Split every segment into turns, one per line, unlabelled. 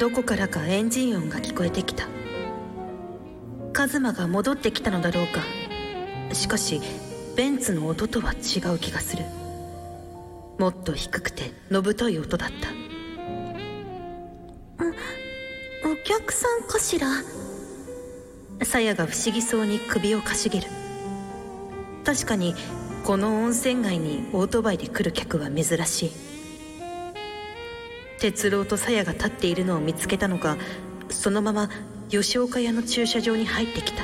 どこからかエンジン音が聞こえてきたカズマが戻ってきたのだろうかしかしベンツの音とは違う気がするもっと低くてのぶとい音だった
お客さんかしら
さやが不思議そうに首をかしげる確かにこの温泉街にオートバイで来る客は珍しい哲郎とさやが立っているのを見つけたのかそのまま吉岡屋の駐車場に入ってきた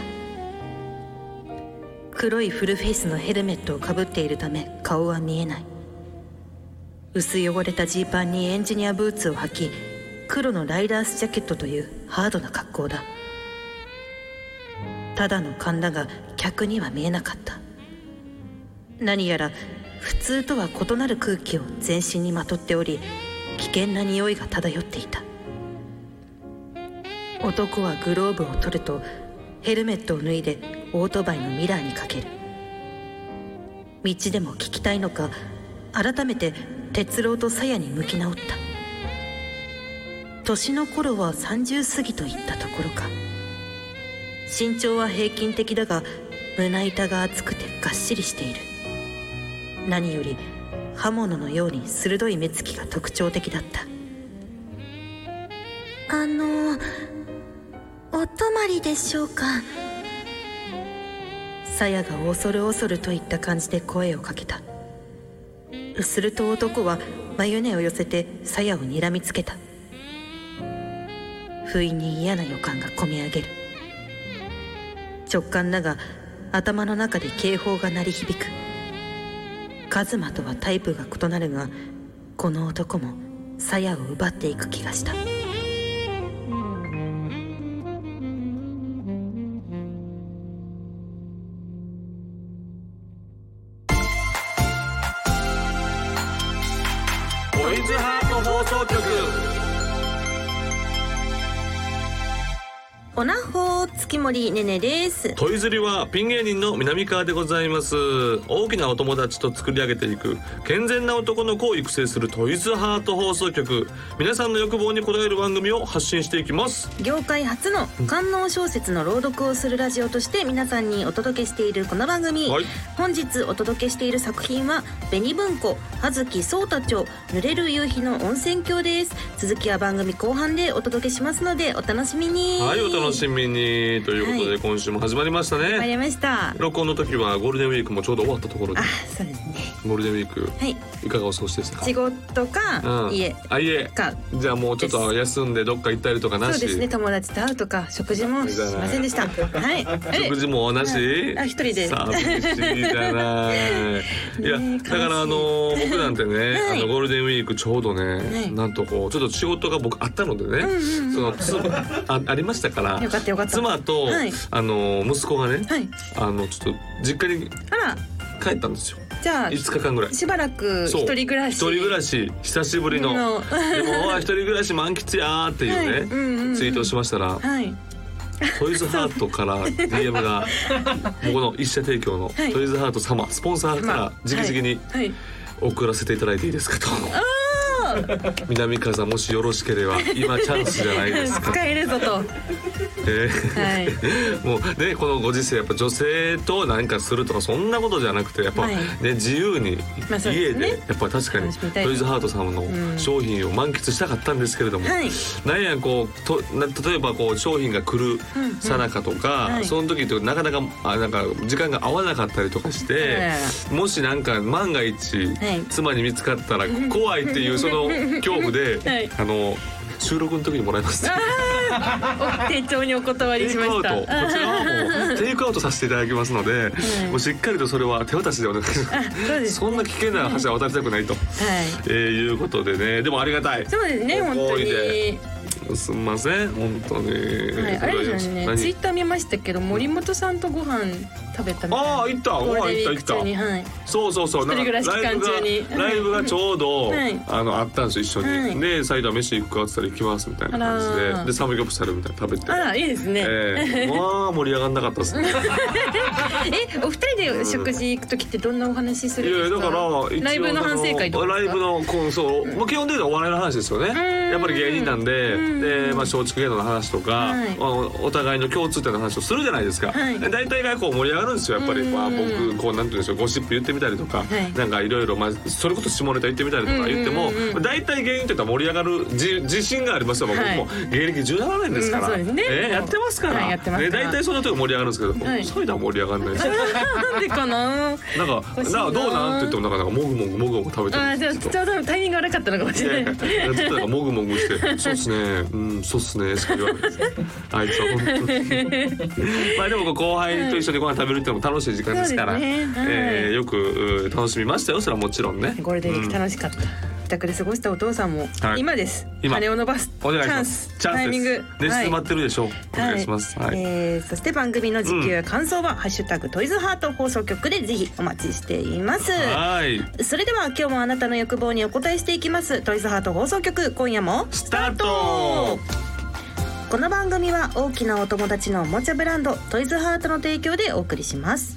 黒いフルフェイスのヘルメットをかぶっているため顔は見えない薄汚れたジーパンにエンジニアブーツを履き黒のライダースジャケットというハードな格好だただの勘だが客には見えなかった何やら普通とは異なる空気を全身にまとっており危険な匂いが漂っていた男はグローブを取るとヘルメットを脱いでオートバイのミラーにかける道でも聞きたいのか改めて哲郎と鞘に向き直った年の頃は30過ぎといったところか身長は平均的だが胸板が厚くてがっしりしている何より刃物のように鋭い目つきが特徴的だった
あのお泊まりでしょうか
さやが恐る恐るといった感じで声をかけたすると男は眉根を寄せてさやをにらみつけた不意に嫌な予感がこみ上げる直感だが頭の中で警報が鳴り響くカズマとはタイプが異なるがこの男も鞘を奪っていく気がした
トイズハート放送局
おなほ月森ねねです
トイズリはピン芸人の南川でございます大きなお友達と作り上げていく健全な男の子を育成するトイズハート放送局皆さんの欲望に応える番組を発信していきます
業界初の官能小説の朗読をするラジオとして皆さんにお届けしているこの番組、
はい
本日お届けしている作品は紅文庫葉月草太町濡れる夕日の温泉郷です続きは番組後半でお届けしますのでお楽しみに
はいお楽しみにということで、
はい
今週も始まりました
わか
ね
りました
録音の時はゴールデンウィークもちょうど終わったところで
あそうですね
ゴールデンウィーク
はい
いかがお過ごしですか
仕事か、
うん、
家
あ家
か
じゃあもうちょっと休んでどっか行ったりとかな
そう
し
ですね友達と会うとか食事もしませんでしたはい
食事もなし、
あ一人で
寂 しいじゃないいや
ねえ
だからあの僕なんてね、
はい
あのゴールデンウィークちょうどね、
い
なんとこうちょっと仕事が僕あったのでね、
うんうん
その妻あありましたから
よかったよかった
妻と、
はい
あの息子がね、
はい
あのちょっと実家に
あら
帰ったんですよ
じゃあ
5日間ぐらい。
しばらく
そう
一人暮らし
一人暮らし久しぶりの
の
でもあ一人暮らし満喫やーっていうね、
はいうんうんうん
ツイートをしましたら、
はい
トイズハートから DM が僕の一社提供の
はい
トイズハート様スポンサーから直々に
はい
送らせていただいていいですかと南川さんもしよろしければ今チャンスじゃな いですか、
使えるぞとは
え
い
ーもうねこのご時世やっぱ女性と何かするとかそんなことじゃなくてやっぱ、
はい
ね自由に
まあそうで
家
すね
でやっぱ確かに
楽しみたい
トイズハートさん
う
の
ん
商品を満喫したかったんですけれども、
はい
なんやこうとな例えばこう商品が来る
うんうん
さなかとか、
はい
その時ってなかなかあなんか時間が合わなかったりとかして、もしなんか万が一、
はい
妻に見つかったら怖いっていうその恐怖で、
はい
あの収録の時にもらいます。
お店長にお断
テ
り
イ
し
ク
ま
ア
し
ウト
た
こちらはもうテイクアウトさせていただきますので、もうしっかりとそれは手渡しでお願いします。
そうです
そんな危険な橋は渡りたくないと、
はい
えーいうことでねでもありがたい
そうですね本当
ご
に
厚意ですみません本当に、
はいあれですよね
何
ツイッター見ましたけど森本さんとご飯食べたみたいな
ああ行った
ゴールデンウィー
行
ク
った
中
行った
にはい
そうそうそう
一人暮らし期間中に
なんかライブがライブがちょうど、
はい
あのあったんですよ一緒に、
はい
で埼玉飯行くかって言ったら行きますみたいな感
あ
じ
ら
ででサムギョプサルみたいなの食べて
あらいいですね
ええまあ盛り上がんなかったですね
えお二人で食事行く時ってどんなお話しす
い
るんで
やだ
すか
から
ライブの反省会とか
ライブのこうそう、まあ、基本的にはお笑いの話ですよね、
ん
やっぱり芸人なんで、
うん
で、まあ、松竹芸能の話とか、
はい
おお互いの共通点の話をするじゃないですか、
はい
で大体がこう盛り上がるんですよやっぱり、
うん
まあ、僕こうなんて言うんでしょうゴシップ言ってみたりとか、
はい
なんかいろいろまあそれこそ下ネタ言ってみたりとか言っても、
うんうんうんうん
大体芸人って言ったら盛り上がるじ自信がありますよ僕、
はい
もう芸歴17年ですから、
うんそうですね
えーやってますから,、
はいやってますから
ね大体その時盛り上がるんですけど、
はい
そういうのは盛り上がんないですよ
なんでかな
なんか
おかしいな
などうなんって言ってもなんかなんかもぐもぐもぐもぐ食べてる
あ
ん
じゃ
で
あ
す
ちょ
ず
う
っと
どタイミング悪かったのかもし
いや
れ
い
な
や
い
ずっとなんかもぐもぐして「 そうっすねうんそうっすね」しか言わないあいつは本当に まあでもこう後輩と一緒にご飯食べるってのも楽しい時間ですから
そうですねはい
えーよくうー楽しみましたよそれはもちろんね
ゴールデンウィーク
うん
楽しかった、自宅で過ごしたお父さんも、
はい
今です
今
羽を伸ばす
お願いします
チャンスタイミングは
熱
い
詰まってるでしょうお願いしますはい
えーそして番組の時給や感想は、ハッシュタグトイズハート放送局でぜひお待ちしています
はい
それでは今日もあなたの欲望にお答えしていきますトイズハート放送局今夜も
スタート
この番組は大きなお友達のおもちゃブランドトイズハートの提供でお送りします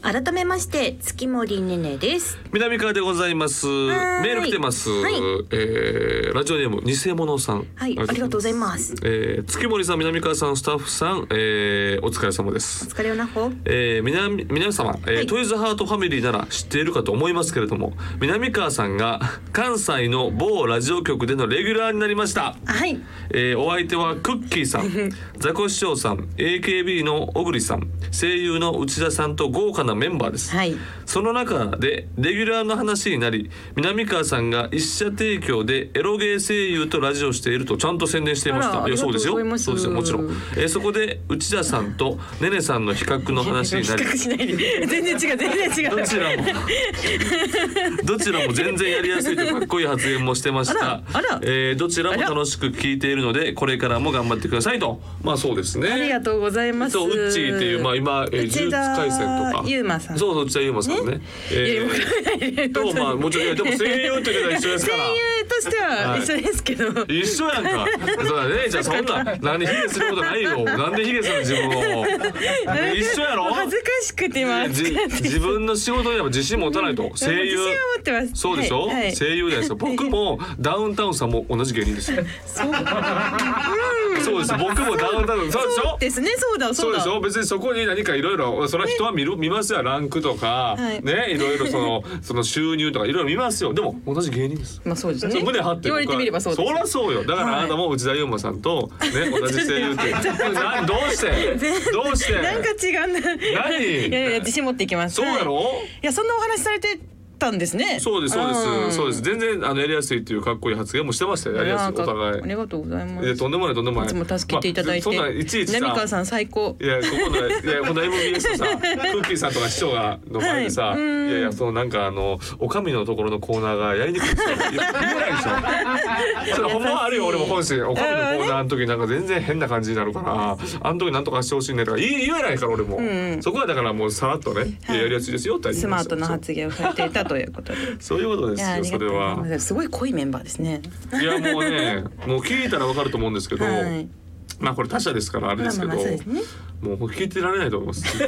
改めまして月森ねねです
南川でございます
はーい
メール来てます、
はい
えーラジオネーム偽物さん
はいありがとうございます
えー月森さん南川さんスタッフさん、えーお疲れ様で
お
す。
疲れよなほ
えー、南皆様、えー
はい
トイズハートファミリーなら知っているかと思いますけれども南川さんが関西の某ラジオ局でのレギュラーになりました、
はい
えーお相手はクッキーさ んザコシショウさん AKB の小栗さん声優の内田さんと豪華なメンバーです、
はい
その中でレギュラーの話になり南川さんが一社提供でエロゲー声優とラジオをしているとちゃんと宣伝していまし
あ
た
ら
いやそうですよ
ありがとうございます
そうですよもちろん、えーそこで内田さんとねねさんの比較の話にな り
比較しないで全然違う全然違う
どちらも どちらも全然やりやすいとかっこいい発言もしてました
あらあら
えーどちらも楽しく聞いているのでこれからも頑張ってくださいとまあそうですね
ありがとうございます
そうウッチーっていうまあ今えー呪術
内田
廻戦とか
優馬さん
そうそう内田優馬さんねえ
い
ー
やもう
でもまあもちろんいやでも声優って言うのは一緒です
声
から
優としては
はい
一緒ですけど、
一緒やんかそ うだねじゃあそんな何ヒゲすることないよなんでヒゲする自分 を一緒やろ
恥ずかしくて今
じ
自
自分の仕事には自信持たないと声優
信は持ってます
そうでしょ、
はいはい、
声 優ですよ僕もダウンタウンさんも同じ芸人ですよ
そう
そ うです僕もダウンタウンそうでし
そう
ょ
ですねそうだ
そ
そう
う
だ
でしょ別にそこに何かいろいろそれは人は見る見ますよランクとか、
はい
ねいろいろ そのその収入とかいろいろ見ますよでも同じ芸人です
まあそうです
そ
ね
う胸張って
言われてみればそうで
僕
す
はそらそうよだからあなたも内田優馬さんと ね同じ声優って などうしてどうして
なんか違うんだ
何
いやいや自信持っていきます
そうやろ、
はいいやそんなお話されてたんですね
そうですそうですそうです全然あのやりやすいっていうかっこいい発言もしてましたよやりやすいお互い
ありがとうございます
いやとんでもないとんでもない
いつも助けていただいて、
まあそんないちいちさ
浪川さん最高
いやここのいやこの MBS のさクッキーさんとか市長がの前でさ、
はい
い、
うん
やいやそのなんかあのお上のところのコーナーがやりにくいですよいや言えない でしょそれほんまはあるよ俺も本心お上のコーナーの時なんか全然変な感じになるからあの時なんとかしてほしいねとか言い言えないから俺も、
んうん
そこはだからもうさらっとね、いややりやすいですよって言い
スマ
まし
ー
た
トな発言をされていたということで。
そういうことで
い
す
やあ
よ
り
そ
がと
れ
うござい
は
ます。すごい濃いメンバーですね。
いやもうねもう聞いたらわかると思うんですけど、
はい。
まあこれ他社ですからあれですけ
ま
ど、
あまあまあそうですね
もう聞いてられないと思います。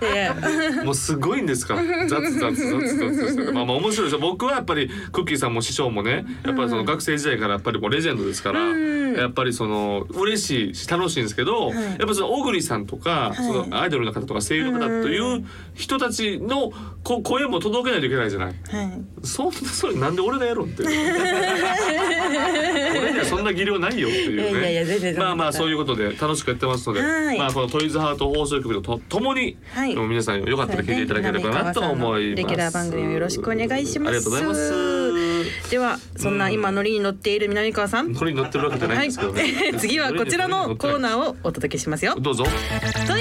で、
もうすごいんですから。雑雑雑雑ですから。まあまあ面白いですよ。僕はやっぱりクッキーさんも師匠もね、やっぱりその学生時代からやっぱりもうレジェンドですから、
うん
やっぱりその嬉しいし楽しいんですけど、
い
やっぱその小栗さんとか、そのアイドルの方とか声優の方という人たちのこ声も届けないといけないじゃない。
はい。
そんなそれなんで俺がやろうって。 俺にはそんな技量ないよっていうね。
いやいや全然。
まあまあそういううことで楽しくやってますので、
はい
まあこのトイズハート放送局とともに、
はい
皆さんよかったら聞いていただければなと思います。
レギュラー番組をよろしくお願いします
ありがとうございます。
では、そんな今ノリに乗っている南川さん。
乗りに乗ってるわけじゃないんですけどね。
はい。次はこちらのコー
ー。
ナーをお届けしますよ。
どうぞ。
トイズハート、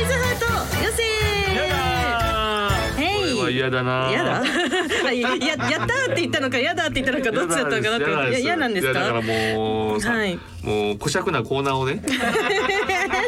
よせー。
やだー
へい
これは嫌嫌だな
やだ あいやややったーって言ったのかやだって言ったのかどっちだったのかなっていや嫌なんです
いやだか
から
もうさ、
はい
もう小尺なコーナ ーをね。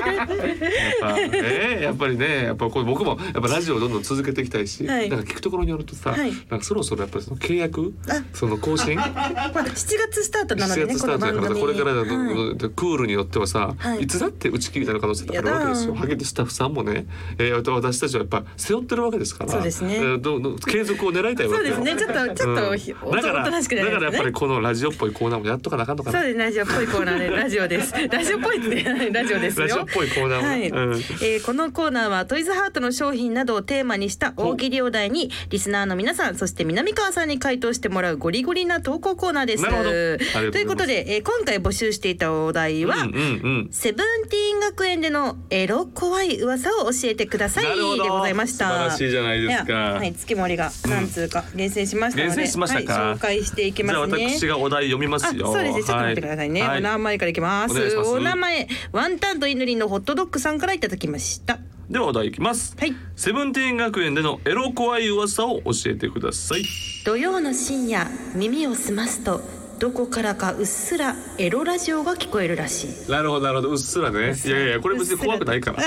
やっぱ、えーやっぱりね、やっぱこれ僕もやっぱラジオをどんどん続けていきたいし、
はい
なんか聞くところによるとさ、
はい
なんかそろそろやっぱりその契約
あ、
その更新。
まあ7月スタートなので
7
ね
月ス
こ
タ
の番
ートだから
組
これからだと、
はい
クールによってはさ、
はい
い、つだって打ち切りになる可能性ってあるわけですよ。
やだ
はげてスタッフさんもね、えー、私たちはやっぱ背負ってるわけですから、
そうですね
えーどうどう継続を狙いたいわ
そう
け
で
よ
すねちょっとちょっとひお
だ
と
から
おとなしくな
だ
り
から
ま
やっ
す
ぱ
ね
りこのラジオっぽいコーナーもやっとかなあかんのか
そ
な
うですラジオっぽいコー ナーでラジオですラジオっぽいってラジオですよ
ラジオっぽいコーナーも
はい、
ねうん
えーこのコーナーはトイズハートの商品などをテーマにした大喜利お題にリスナーの皆さんそして南川さんに回答してもらうゴリゴリな投稿コーナーです
なるほどありがとうございます
ということで、えー今回募集していたお題は、
うんうん
セブンティーン学園でのエロ怖い噂を教えてください
なるほど
でございました
素晴らしいじゃないですか
やはい、月森が何通か厳選しましたので、
厳選しましたか
はい、紹介していき
うん。じ
ま
ゃあ
すね
私がお題読みますよ。
あそうですねちょっと待ってくださいね、
は
お名前からいきます
お願いします
お名前ワンタンとイヌリンのホットドッグさんからいただきました
ではお題いきます。
はい
セブンティーン学園でのエロ怖い噂を教えてください。
土曜の深夜耳を澄ますとどこからかうっすらエロラジオが聞こえるらしい
なるほどなるほどうっすらね。いやいやこれ別に怖くないから。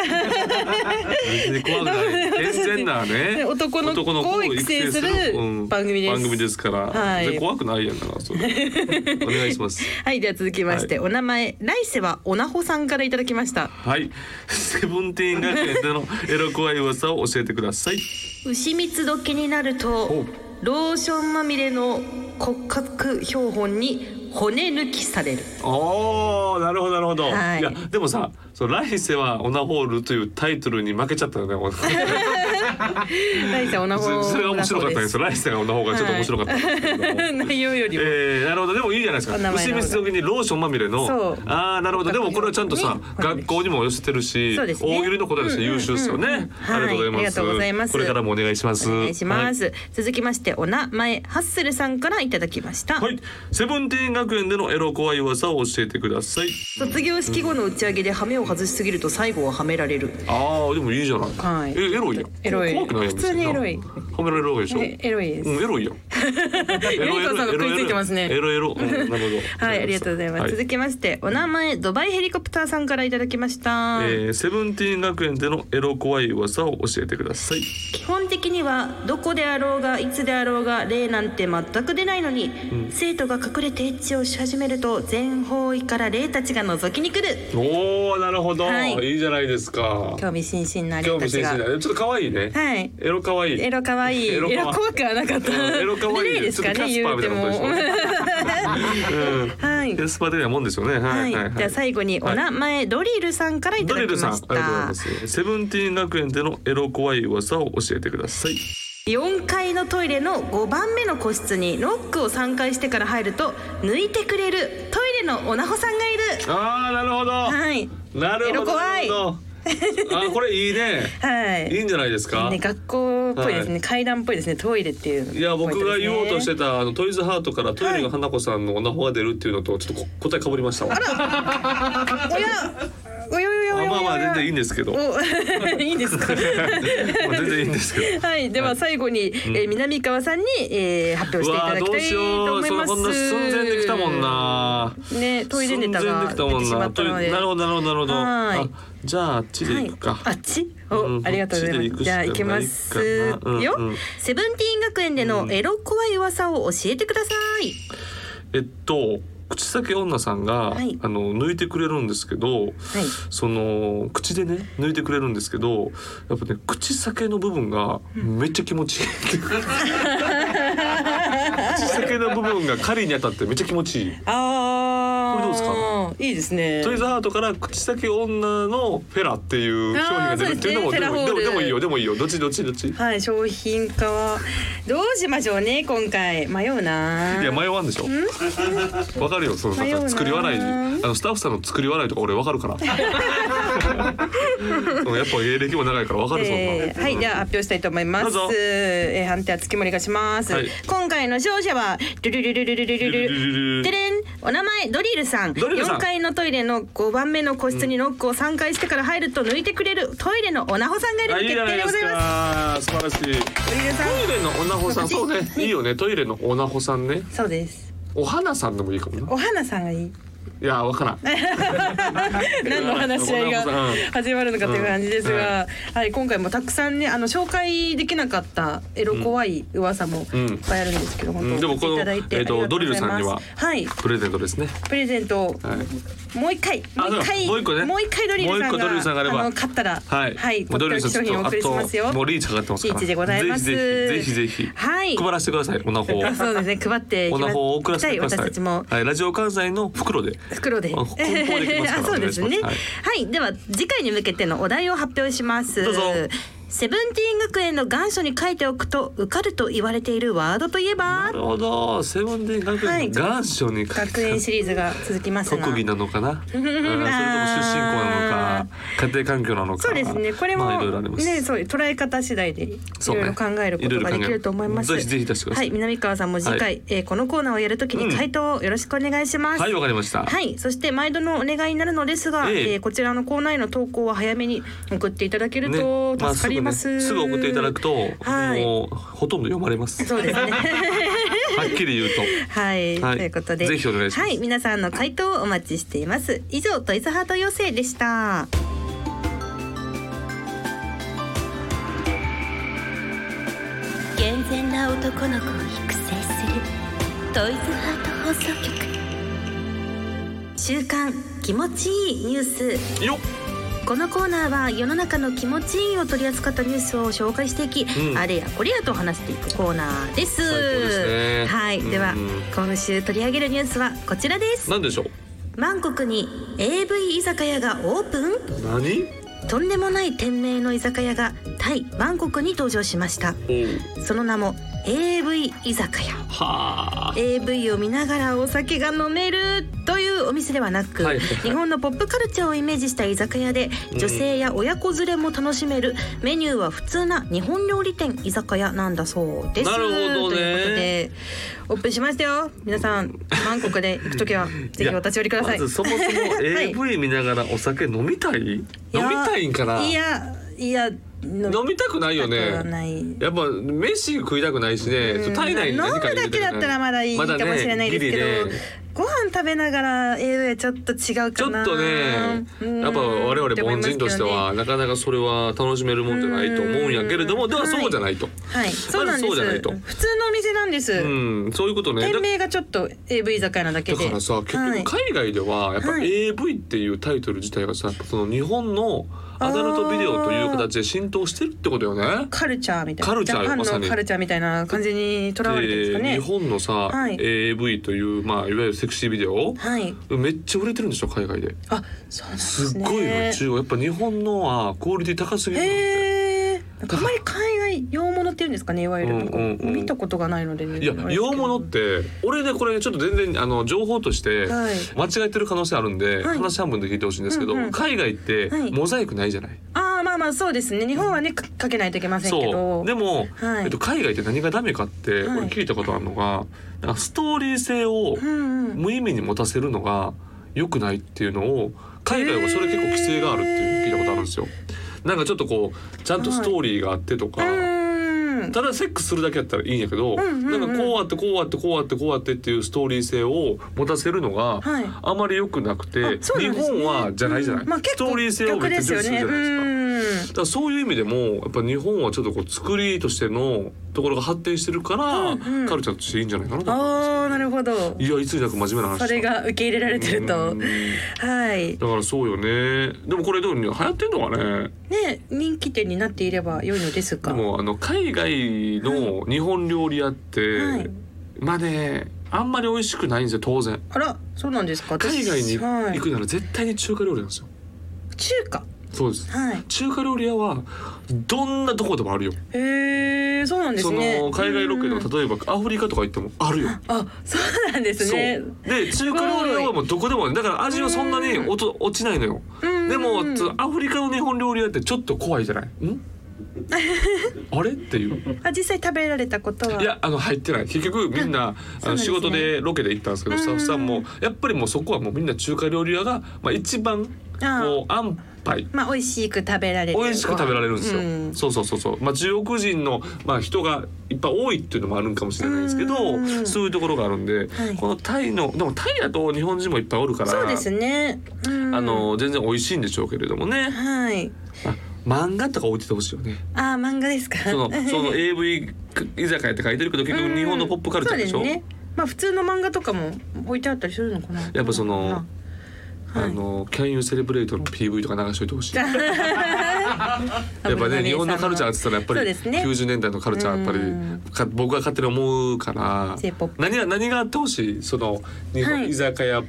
別に怖くない。健全なね。
男の
男
子を育成する
うん
番組です
番組ですから。
はい
で怖くないやんからそれお願いします。
はいでは続きまして、お名前来世はおなほさんからいただきました
はい。セブンティーン学園でのエロ怖い噂を教えてください。
牛蜜時になると
お
ローションまみれの骨格標本に骨抜きされ る
おお、なるほどなるほど。
はい
い、やでもさ、その来世はオナホールというタイトルに負けちゃっ たよね。俺
来世おなほ
そそれが面白かったんですよ。来世がオナホールがちょっと面白かったんですけども。
内容よりも
えー、なるほどでもいいじゃないです
お名
か
前
牛
の
蜜時にローションまみれ
そ
の
う
ああなるほどでもこれはちゃんとさ、
ね
学校にも寄せてるし、
そうですね
大喜利の答えとして優秀ですよね、
うんうんうんはい
ありがとうございます
あ
こ
り
れ
がとうございます
からもお願いします
お願いし
は
ま
い
す、続きましてお名前ハッスルさんからいただきました、
はい、セブンティーン学園でのエロ怖い噂を教えてください
卒業式後の打ち上げでハメを外しすぎると最後ははめられる
ああでもいいじゃない、
はい
えエロいやん
エロい
怖くないや
普
ん
通にエロい
別な褒められるわけでしょ
えエロいです
うん エロいやんエロエ
ユニコ
ロ
さんが食いついてますね
エロエロうんなるほど
はいありがとうございます、
は
続きましてお名前ドバイヘリコプターさんからいただきました、
えー、セブンティーン学園でのエロ怖い噂を教えてください
基本的にはどこであろうがいつであろうが例なんて全く出ないのに、生徒が隠れてエッチをし始めると全方位から霊たちが覗きに来る
おおなるほど、
はい
い、いじゃないですか
興味津々な霊
興
た
味
ち
津
が
々だねちょっと可愛いね、
はい
エロ可愛い
エロ可愛い
エ
エロ
ロ可愛い
怖くはなかった
うんエロ可愛い
レイですか
ちょっ
ね
とキャスパ
言
ー
う
み
て
たいな
も
ことでしょうん
はい
エスパー的なもんですよねは、
はい
はい
い、じゃあ最後に
はい
お名前、ドリルさんからいた
ド
だ
リ
き
ルさん、
ま
あり
し
がとうござい
た
ます。セブンティーン学園でのエロ怖い噂を教えてください。
4階のトイレの5番目の個室にロックを3回してから入ると抜いてくれるトイレのおなほさんがいる
ああ、なるほど。
はい
な
エ
るほ
ロ
ど。
怖い
なるほ どあー、これいいね。
はい
いいんじゃないですか。
ね、学校っぽいですね、
は
階段っぽいですねトイレっていう、
いや僕が言おうとして
た
たあのトイズハートからトイレの花子さんのおなほが出るっていうのとちょっとこ答えかぶりましたわ。あ
おやおやおやおやおや
まあまあ全然いいんですけど。まあ
お いいんですか
全然いいんですけ ど。
はいでは最後に、えー南川さんに、えー発表していただきたいと思います
うわーどうしようそんな寸前できたもんな
ねトイレネタが出てしまったので
なるほどなるほどなるほど
はい
あじゃああっちで行くか、
はい、あっちお、
うん
ありがとうござい
こっち
ます
で行くし
じゃあ
かない
行きますよ、
かなうんうん
セブンティーン学園でのエロ怖い噂を教えてください、
えっと口先女さんが、
はい
あの抜いてくれるんですけど、その口でね抜いてくれるんですけどやっぱね口先の部分がめっちゃ気持 ちいい、口先の部分が狩りに当たってめっちゃ気持ちいい
あ
これどうです
ですかいいですね
トイズハートから口先女のフェラっていう商品が出るっていうのも
あーそうですねフ
でも
ェラホール
でもでもいいよでもいいよどっちどっちどっちい
はい商品化はどうしましょうね今回迷うな
や迷わんでしょわかるよそのなん
迷うな
か作り笑いあのスタッフさんの作り笑いとか俺わかる からうんやっぱ芸歴も長いからわかるそんな、
えーはい、では発表したいと思いま
どう
す
ぞ。
えー、判定は月森がします。
はい
今回の勝者は、ルルルルルルルルル。てれん、お名前ドリルさん。
ドリルさん
4階のトイレの5番目の個室にノックを3回してから入ると抜いてくれるトイレのおなほさんがいる
あ
の
いい
決
じゃな
定で
いで
ござ
す
います
か素晴らしいトイ
レさん
レのおなほさんそうねいいよねトイレのおなほさんね
そうです
お花さんでもいいかもな
お花さんがいい
いやわからん
何の話し合いが始まるのかという感じです
うんは
が、はい、今回もたくさんねあの紹介できなかったエロ怖い噂もいっ
うん
ぱいあるんですけど、
うん
本
で
当
も
送っていただいて
こ
あ
の
りがとうございます
えっとドリルさんには
はい
プレゼントですね
プレゼントを
はい
もう一回
あ
もう一回
そうもう一個ね
もう一回ドリルさんが
もう一個ドリルさんがあれば
の勝ったら
はい、
はい、
もう
とっ
ド
てお
リル
き
さ
商
んち
品
ょ
をお
っ
送りします
とあ
よ
ともうリーチかかってますか
リ
ら
ーチでございます
ぜひぜひぜひぜひ
はい
配らせてくださいオナホを
そうですね配ってい
オ
き
ナ
ま
ホを送ら
し
せ
た
て
い
ください
私たちも
はいラジオ関西の袋で
袋で
あ梱包できますから
あそうですね
お願いし
は
ま
い
す、
では次回に向けてのお題を発表します
どうぞ
セブンティーン学園の願書に書いておくと受かると言われているワードといえば
なるほどセブンディーン学園の願書に書い
学園シリーズが続きますが
特技なのかな、うんそれとも出身校な のか家庭環境なのか
そうですねこれも、
まあいろいろあります
ねそう捉え方次第でい
そ
ろ
うね
いろ考えることができると思います、
いろいろ考えぜひぜひ出してください
はい南川さんも次回、
はい
えーこのコーナーをやるときに回答をよろしくお願いします、
はいわかりました、
はい、そして毎度のお願いになるのですが、
ええ
えーこちらのコーナーへの投稿は早めに送っていただける
ね
と助かります。
あすぐねすぐ送っていただくと、
はい
もうほとんど読ま れます
そうですね。
はっきり言うと
はい、
はい
ということで、
ぜひお願いします
はい、皆さんの回答をお待ちしています。以上、トイズハート要請でした。
健全な男の子を育成するトイズハート放送局
週刊気持ちいいニュース。
よっ
このコーナーは世の中の気持ちいいを取り扱ったニュースを紹介していき、
うん
あれやこれやと話していくコーナーです。
最高ですね
はい、では
うん
今週取り上げるニュースはこちらです。
何でしょう
バンコクに AV 居酒屋がオープン
何
とんでもない店名の居酒屋がタイ・バンコクに登場しました
おう
その名も AV 居酒屋
はあ
AV を見ながらお酒が飲めるというお店ではなく、
はいはいはい
日本のポップカルチャーをイメージした居酒屋で
うん
女性や親子連れも楽しめるメニューは普通な日本料理店居酒屋なんだそうです
なるほどね
ということでオープンしましたよ皆さんバンコクで行くとき はぜひお立ち寄りください
やまず そもそも AV 見ながらお酒飲みたい、飲み
や
たいんかない
やいや飲
飲みたくないよ
たくは
ね
ない
やっぱ飯食いたくないしね、
うん
体内に何か
飲むだけだったらまだいいかもしれないですけど、
まだねギリね
ご飯食べながら AV はちょっと違う
ちょ
か
っ
な
とね
うん
やっぱ我々凡人としてはなかなかそれは楽しめるもんじゃないと思うんやけれども
うん
ではそうじゃないと、
はいそうなんで
まずそうじゃない
す
と
普通のお店なんです、
うんそういうことね
店
だ
名がちょっと AV 居酒屋なだけ
だ
で
からさ結
はい
局海外ではやっぱ
はい
AV っていうタイトル自体がさその日本のアダルトビデオという形で浸透してるってことよね。
カルチャーみたいな
カルチャー
ジャ
まさ
パン
に
のカルチャーみたいな感じにとらわれてるんですかね、
で日本のさ、
はい
AV という、まあ、いわゆるセクシービデオ、
はい
めっちゃ売れてるんでしょ海外で
あそうなんですね
すっごい夢中やっぱ日本のはクオリティ高すぎるなって
へえなんかあんまり海外洋物っていうんですかねいわゆる、
うんうんうん
見たことがないので、ね、
いや
あれですけど
洋物って俺ねこれちょっと全然あの情報として
はい
間違えてる可能性あるんで、
はい
話半分で聞いてほしいんですけど、
うんうん
海外って
はい
モザイクないじゃない、
ああまあまあそうですね日本はねかかけないといけませんけ
そ
ど
うでも、
はい
えっと、海外って何がダメかって
はい
俺聞いたことあるのが、なんかストーリー性を
うんうん
無意味に持たせるのが良くないっていうのを海外はそれ結構規制があるっていう聞いたことあるんですよ。なんかちょっとこうちゃんとストーリーがあってとか、
うん
ただセックスするだけやったらいいんやけど、
んうんうん
なんかこうあってこうあってこうあってこうあってっていうストーリー性を持たせるのが
はい
あまり良くなくて、
あそう
日
なんですね
本はじゃないじゃない、
うんまあ、
ス
結
ト
構
ーリー性をめ
逆
っちゃ
で
重
す
視する
よ
じゃな
ね
いです
う
か。
ん
だからそういう意味でもやっぱ日本はちょっとこう作りとしてのところが発展してるから、
うんうん
カルチャーとしていいんじゃないかなと思います
ああなるほど
いやいつになく真面目な話
それが受け入れられてる
う
と
ん
はい
だからそうよねでもこれでも流行ってんのかね
ね人気店になっていれば良いのです
で
が
もあの海外の日本料理屋って、
はい
まあねあんまり美味しくないんですよ当然
あらそうなんですか私
海外に
はい
行くなら絶対に中華料理なんですよ
中華
そうです
はい
中華料理屋はどんなとこでもあるよ、
へえそうなんで
そ
すね
の海外ロケの
うん
例えばアフリカとか行ってもあるよ
あそうなんです
そう
ね
で中華料理屋はもうどこでもあるだから味はそんなに落と落ちないのよ
うん
でもつアフリカの日本料理屋ってちょっと怖いじゃないんあれっていう
あ実際食べられたことはい
やあの入ってない結局みんな
うな
あ
ん
の
です
仕
ね
事でロケで行ったんですけど
うん
スタッフさんもやっぱりもうそこはもうみんな中華料理屋が、まあ、一番
あ
こう安牌
まあ美味しく食べられる
美味しく食べられるんですよ、
うん
そうそうそうそう、まあ、中国人の、まあ、人がいっぱい多いっていうのもあるんかもしれないですけど、
うん
そういうところがあるんで、
はい
このタイのでもタイだと日本人もいっぱいおるから
そうですね、うん
あの全然美味しいんでしょうけれどもね
はい
あ漫画とか置いててほしいよね。
あー漫画ですか
そのその AV 居酒屋って書いてるけど結
う
局
ん
日本のポップカルチャーでしょ、
そうですねまあ普通の漫画とかも置いてあったりするのかな
やっぱその
はい
あの「Can You Celebrate」の PV とか流しといてほしい。やっぱね日本のカルチャーって言ったらやっぱ
そう
り
ですね
90年代のカルチャーやっぱ
うん
りか僕が勝手に思うから
J-POP
何が何があってほしいその日
は
本
い
居酒屋、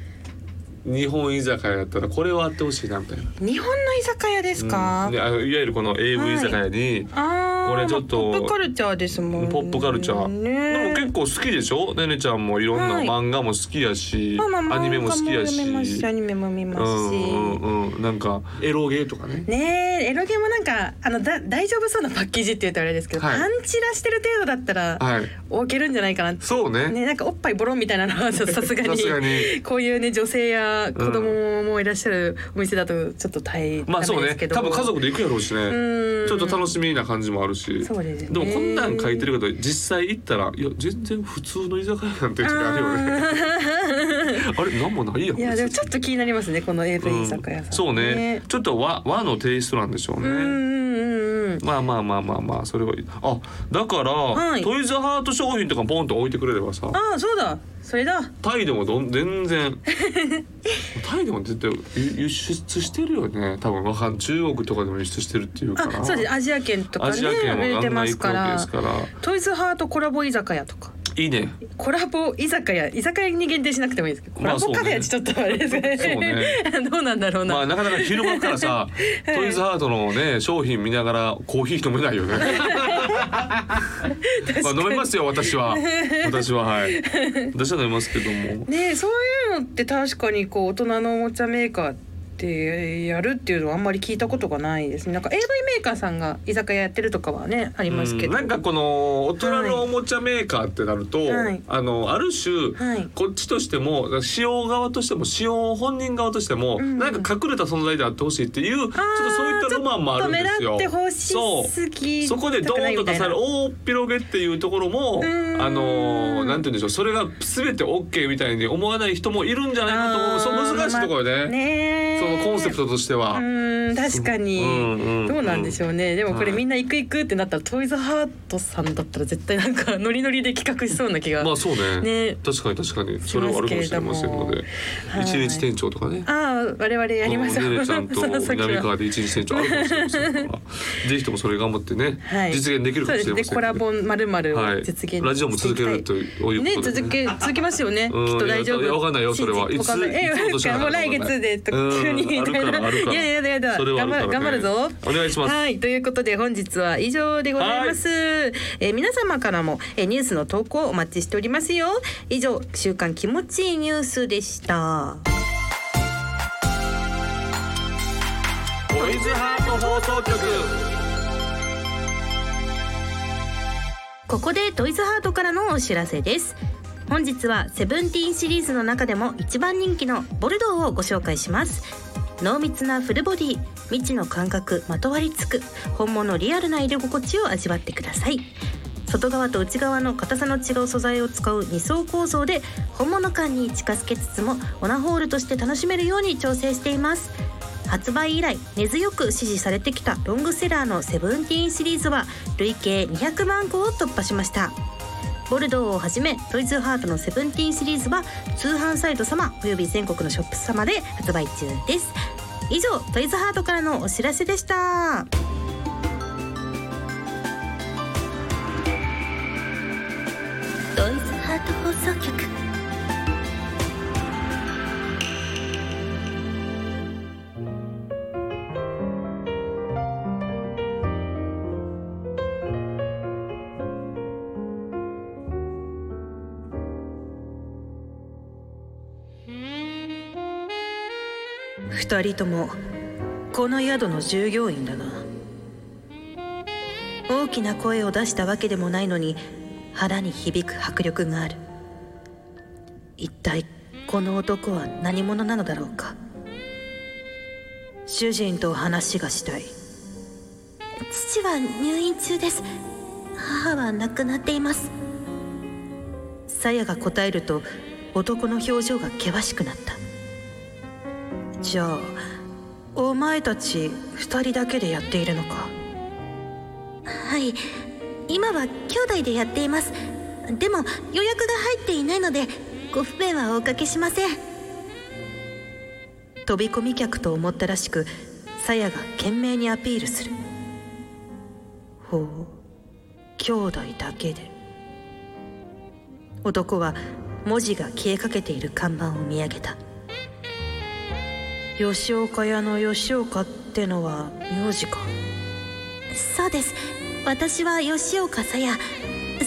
日本居酒屋やったらこれはあってほしいなみたいな。
日本の居酒屋ですか、
うんであのいわゆるこの AV 居酒屋に、
あー
これちょっと
まあポップカルチャーですもんね
ポップカルチャー、
ね
でも結構好きでしょねねちゃんもいろんな
はい
漫画も好きやし、
まあまあまあ
アニメも好きやし
漫画も読めますアニメも見
う
ますし、
んうんうんなんかエロゲーとかね
ねえエロゲもなんかあのだ大丈夫そうなパッケージって言うとあれですけど、
はい
パンチラしてる程度だったら
はい
置けるんじゃないかなって
そうね
ね、なんかおっぱいボロンみたいな のはちょっとさすがに
さすがに
こういうね女性や子供もいらっしゃるお店だとちょっと大変
まあそう
で
ね
すけど、
多分家族で行くやろうしね
うん
ちょっと楽しみな感じもあるし
そうですよね
でもこんなん書いてるけど実際行ったらいや全然普通の居酒屋なんて時あるよね あれなんもないやん
いやでもちょっと気になりますねこの AV 居酒屋さん、
そうねちょっと和和のテイストなんでしょ
う
う
ん
ね
うんうん
まあまあまあまあまあそれはいいあだから、
はい
トイズハート商品とかポンと置いてくれればさ
ああそうだそれだ
タイでもどん全 然タイでも絶対輸輸出してるよね多分わかん中国とかでも輸出してるっていうから
あそうですアジア圏とか
ア
ね
ジア圏は
売れて
案
ま
内
す
行
か
くわけで
ら
すから
トイズハートコラボ居酒屋とか
いいね
コラボ居酒屋居酒屋に限定しなくてもいいですけどコ
ま
ラ
あそう
ボ
ね
カフェはちょっとあれですね,、どうなんだろうな、
まあなかなか昼間から さ、トイズハートのね商品見ながらコーヒー飲めないよ ねまあ飲めますよ私は私ははい私は飲めますけども
ねえそういうのって確かにこう大人のおもちゃメーカーってやるっていうのはあんまり聞いたことがないですねなんか AV メーカーさんが居酒屋やってるとかはねありますけど、
うんなんかこの大人のおもちゃメーカーってなると、
はい
あのある種、
はい
こっちとしても使用側としても使用本人側としても、
ん
なんか隠れた存在であってほしいっていうちょっとそういったロマンもあるんですよ。
ちょっと目立って
そ
ほ
う
しすぎ
そこでドーンと出される大広げっていうところも
ん
あのなんて言うんでしょうそれが全て OK みたいに思わない人もいるんじゃないかと思うそう難しいところよね,、
ねえ
そのコンセプトとしては。
うん確かに、
うんうんうん
どうなんでしょうねでもこ
は
れ
い
みんな行く行くってなったら、トイズハートさんだったら絶対なんかノリノリで企画しそうな気が、
まあそうね
ね
確かに確かにそれはあるかもしれませんので、
はい
一日店長とかね
ああ我々やりましょう、
ねねちゃん と
その先は
南川で一日店長あるかもしれませんか らぜひともそれ頑張ってね、
はい
実現できるかもしれ
そう
ま
で
せ
すね
んけ
コ
ど
ラボまるまるを
はい
実現していきたい、
ラジオも続けるという
ね
ことで
続け続きますよねきっ
うん
と大丈夫
いやわかんないよそれは
信じ
いつ
わかんないえ
いつ落とし穴
もう来月でと
うん
急にみたい
あるから
な
あるから
いやいやだやだ
それはあ
頑張る
るからね
頑張るぞ
お願いします
はいということで本日は以上でございます、えー皆様からも、えーニュースの投稿お待ちしておりますよ以上週刊気持ちいいニュースでした
トイズハート放送局
ここでトイズハートからのお知らせです本日はセブンティーンシリーズの中でも一番人気のボルドーをご紹介します濃密なフルボディ未知の感覚まとわりつく本物リアルな入れ心地を味わってください外側と内側の硬さの違う素材を使う2層構造で本物感に近づけつつもオナホールとして楽しめるように調整しています発売以来根強く支持されてきたロングセラーのセブンティーンシリーズは累計200万個を突破しましたボルドーをはじめトイズハートのセブンティーンシリーズは通販サイト様および全国のショップ様で発売中です以上トイズハートからのお知らせでした
ドイツハート放送局
二人ともこの宿の従業員だな
大きな声を出したわけでもないのに腹に響く迫力がある一体この男は何者なのだろうか主人と話がしたい
父は入院中です母は亡くなっています
さやが答えると男の表情が険しくなったじゃあお前たち二人だけでやっているのか
はい今は兄弟でやっていますでも予約が入っていないのでご不便はおかけしません
飛び込み客と思ったらしくさやが懸命にアピールするほう兄弟だけで男は文字が消えかけている看板を見上げた吉岡屋の吉岡ってのは名字か
そうです私は吉岡さや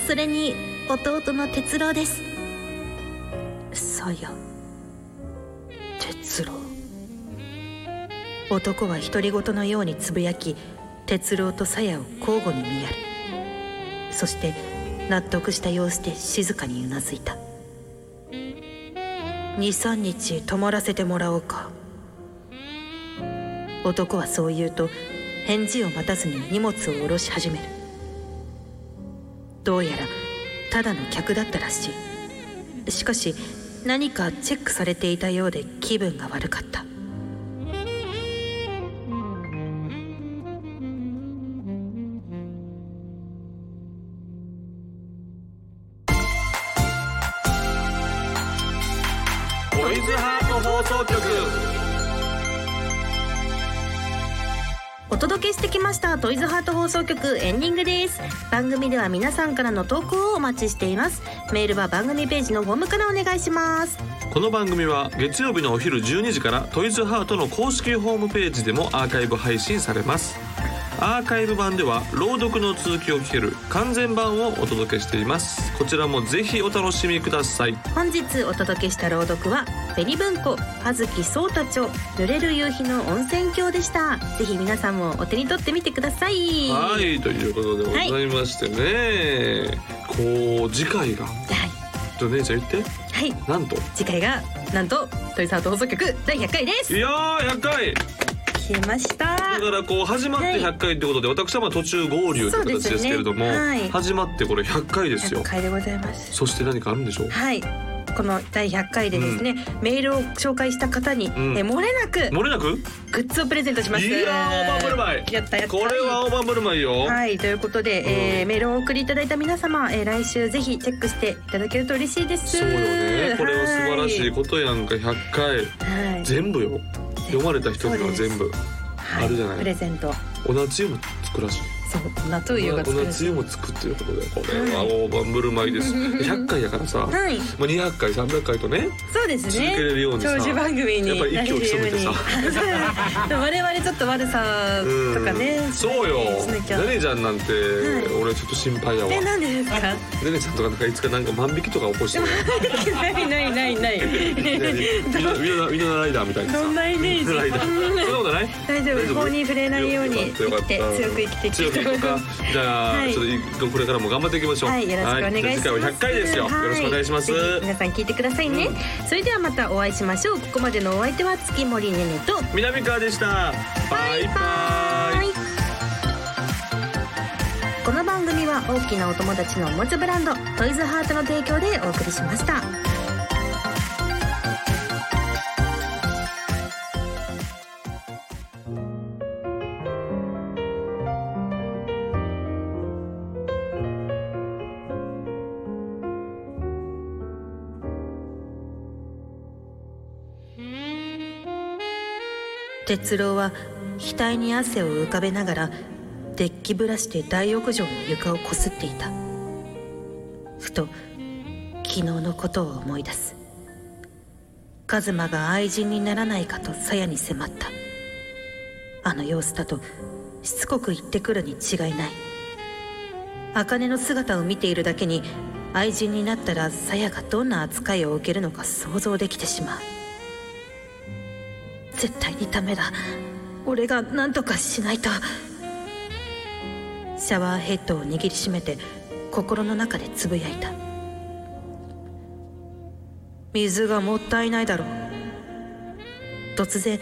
それに弟の哲郎です
さや哲郎男は独り言のようにつぶやき哲郎とさやを交互に見やるそして納得した様子で静かにうなずいた23日泊まらせてもらおうか男はそう言うと返事を待たずに荷物を下ろし始めるどうやらただの客だったらしいしかし何かチェックされていたようで気分が悪かった
トイズハート放送局
お届けしてきましたトイズハート放送局エンディングです番組では皆さんからの投稿をお待ちしていますメールは番組ページのフォームからお願いします
この番組は月曜日のお昼12時からトイズハートの公式ホームページでもアーカイブ配信されますアーカイブ版では朗読の続きを聞ける完全版をお届けしていますこちらもぜひお楽しみください
本日お届けした朗読は紅文庫葉月草太町濡れる夕日の温泉郷でしたぜひ皆さんもお手に取ってみてください
はいということでございましてね、こう次回が
はい
ちょっと姉ちゃん言って
はい
なんと
次回がなんとトイズハート放送局第100回です
いやー100回
消えました
だからこう始まって100回ってことで、私はまあ途中合流という形ですけれども、
そうですねはい
始まってこれ100回ですよ
100回でございます
そして何かあるんでしょう
はいこの第100回でですね、メールを紹介した方に、
ん
え漏れなく
漏れなく
グッズをプレゼントします
いやー大盤振る舞い
やったやった
これは大盤振る舞いよ、
はいということで、えーメールをお送りいただいた皆様、えー来週ぜひチェックしていただけると嬉しいです
そうよねこれは素晴らしい
は
ことやんか100回
い、はい
全部よ読まれた人には全部
はい
あるじゃない
プレゼント
同じ湯も作らしい
そう納豆湯が
同
作る
じ湯も作っていうことでこれは大盤振る舞いです100回やからさ、まあ、
はい
200回300回とね
そうですね
続けれるようにさ
長寿番組に
やっぱり息を潜めてさ
なれるようにでも 我々ちょっと悪さとかね
うんそうよ
しなきゃ
ねねちゃんなんて、
い
俺ちょっと心配やわ
え
ね
なんでですか
ねちゃんとかなんかいつかなんか万引きとか起こし てる
ないないないない
みんなでウィナウィナライダーみたいなさ
そんなイメージ
ウィナライダー そんなことない
大丈夫法に触れないように生
よかっ
き
た
て
よかった
強く生きていき
強く
たい
い
と
こ
思
う
いま
か
す
じゃあ、
はい
ちょっとこれからも頑張っていきましょう
はい、よろしくお願いします。
はじゃあ次回は100回ですよ、
は
よろしくお願いします
ぜひ皆さん聞いてくださいね、それではまたお会いしましょう。ここまでのお相手は月森ねねと。
南川でしたバイバイ
はいこの番組は大きなお友達のおもちゃブランドトイズハートの提供でお送りしました。
哲郎は額に汗を浮かべながらデッキブラシで大浴場の床をこすっていたふと昨日のことを思い出すカズマが愛人にならないかとさやに迫ったあの様子だとしつこく言ってくるに違いない茜の姿を見ているだけに愛人になったらさやがどんな扱いを受けるのか想像できてしまう絶対にダメだ俺が何とかしないと
シャワーヘッドを握りしめて心の中でつぶやいた水がもったいないだろう突然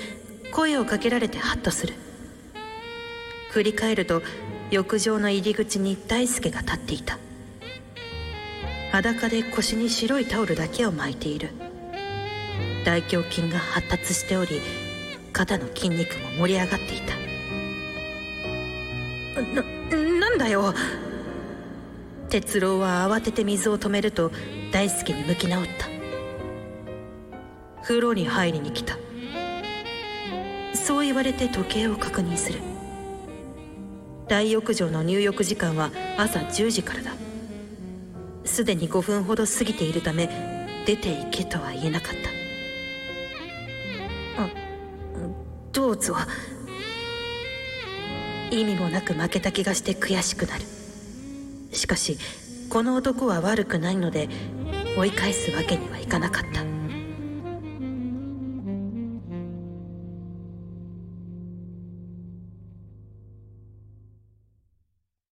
声をかけられてハッとする振り返ると浴場の入り口に大輔が立っていた裸で腰に白いタオルだけを巻いている大胸筋が発達しており肩の筋肉も盛り上がっていたななんだよ哲郎は慌てて水を止めると大輔に向き直った風呂に入りに来たそう言われて時計を確認する大浴場の入浴時間は朝10時からだすでに5分ほど過ぎているため出て行けとは言えなかったあどうぞ意味もなく負けた気がして悔しくなるしかしこの男は悪くないので追い返すわけにはいかなかった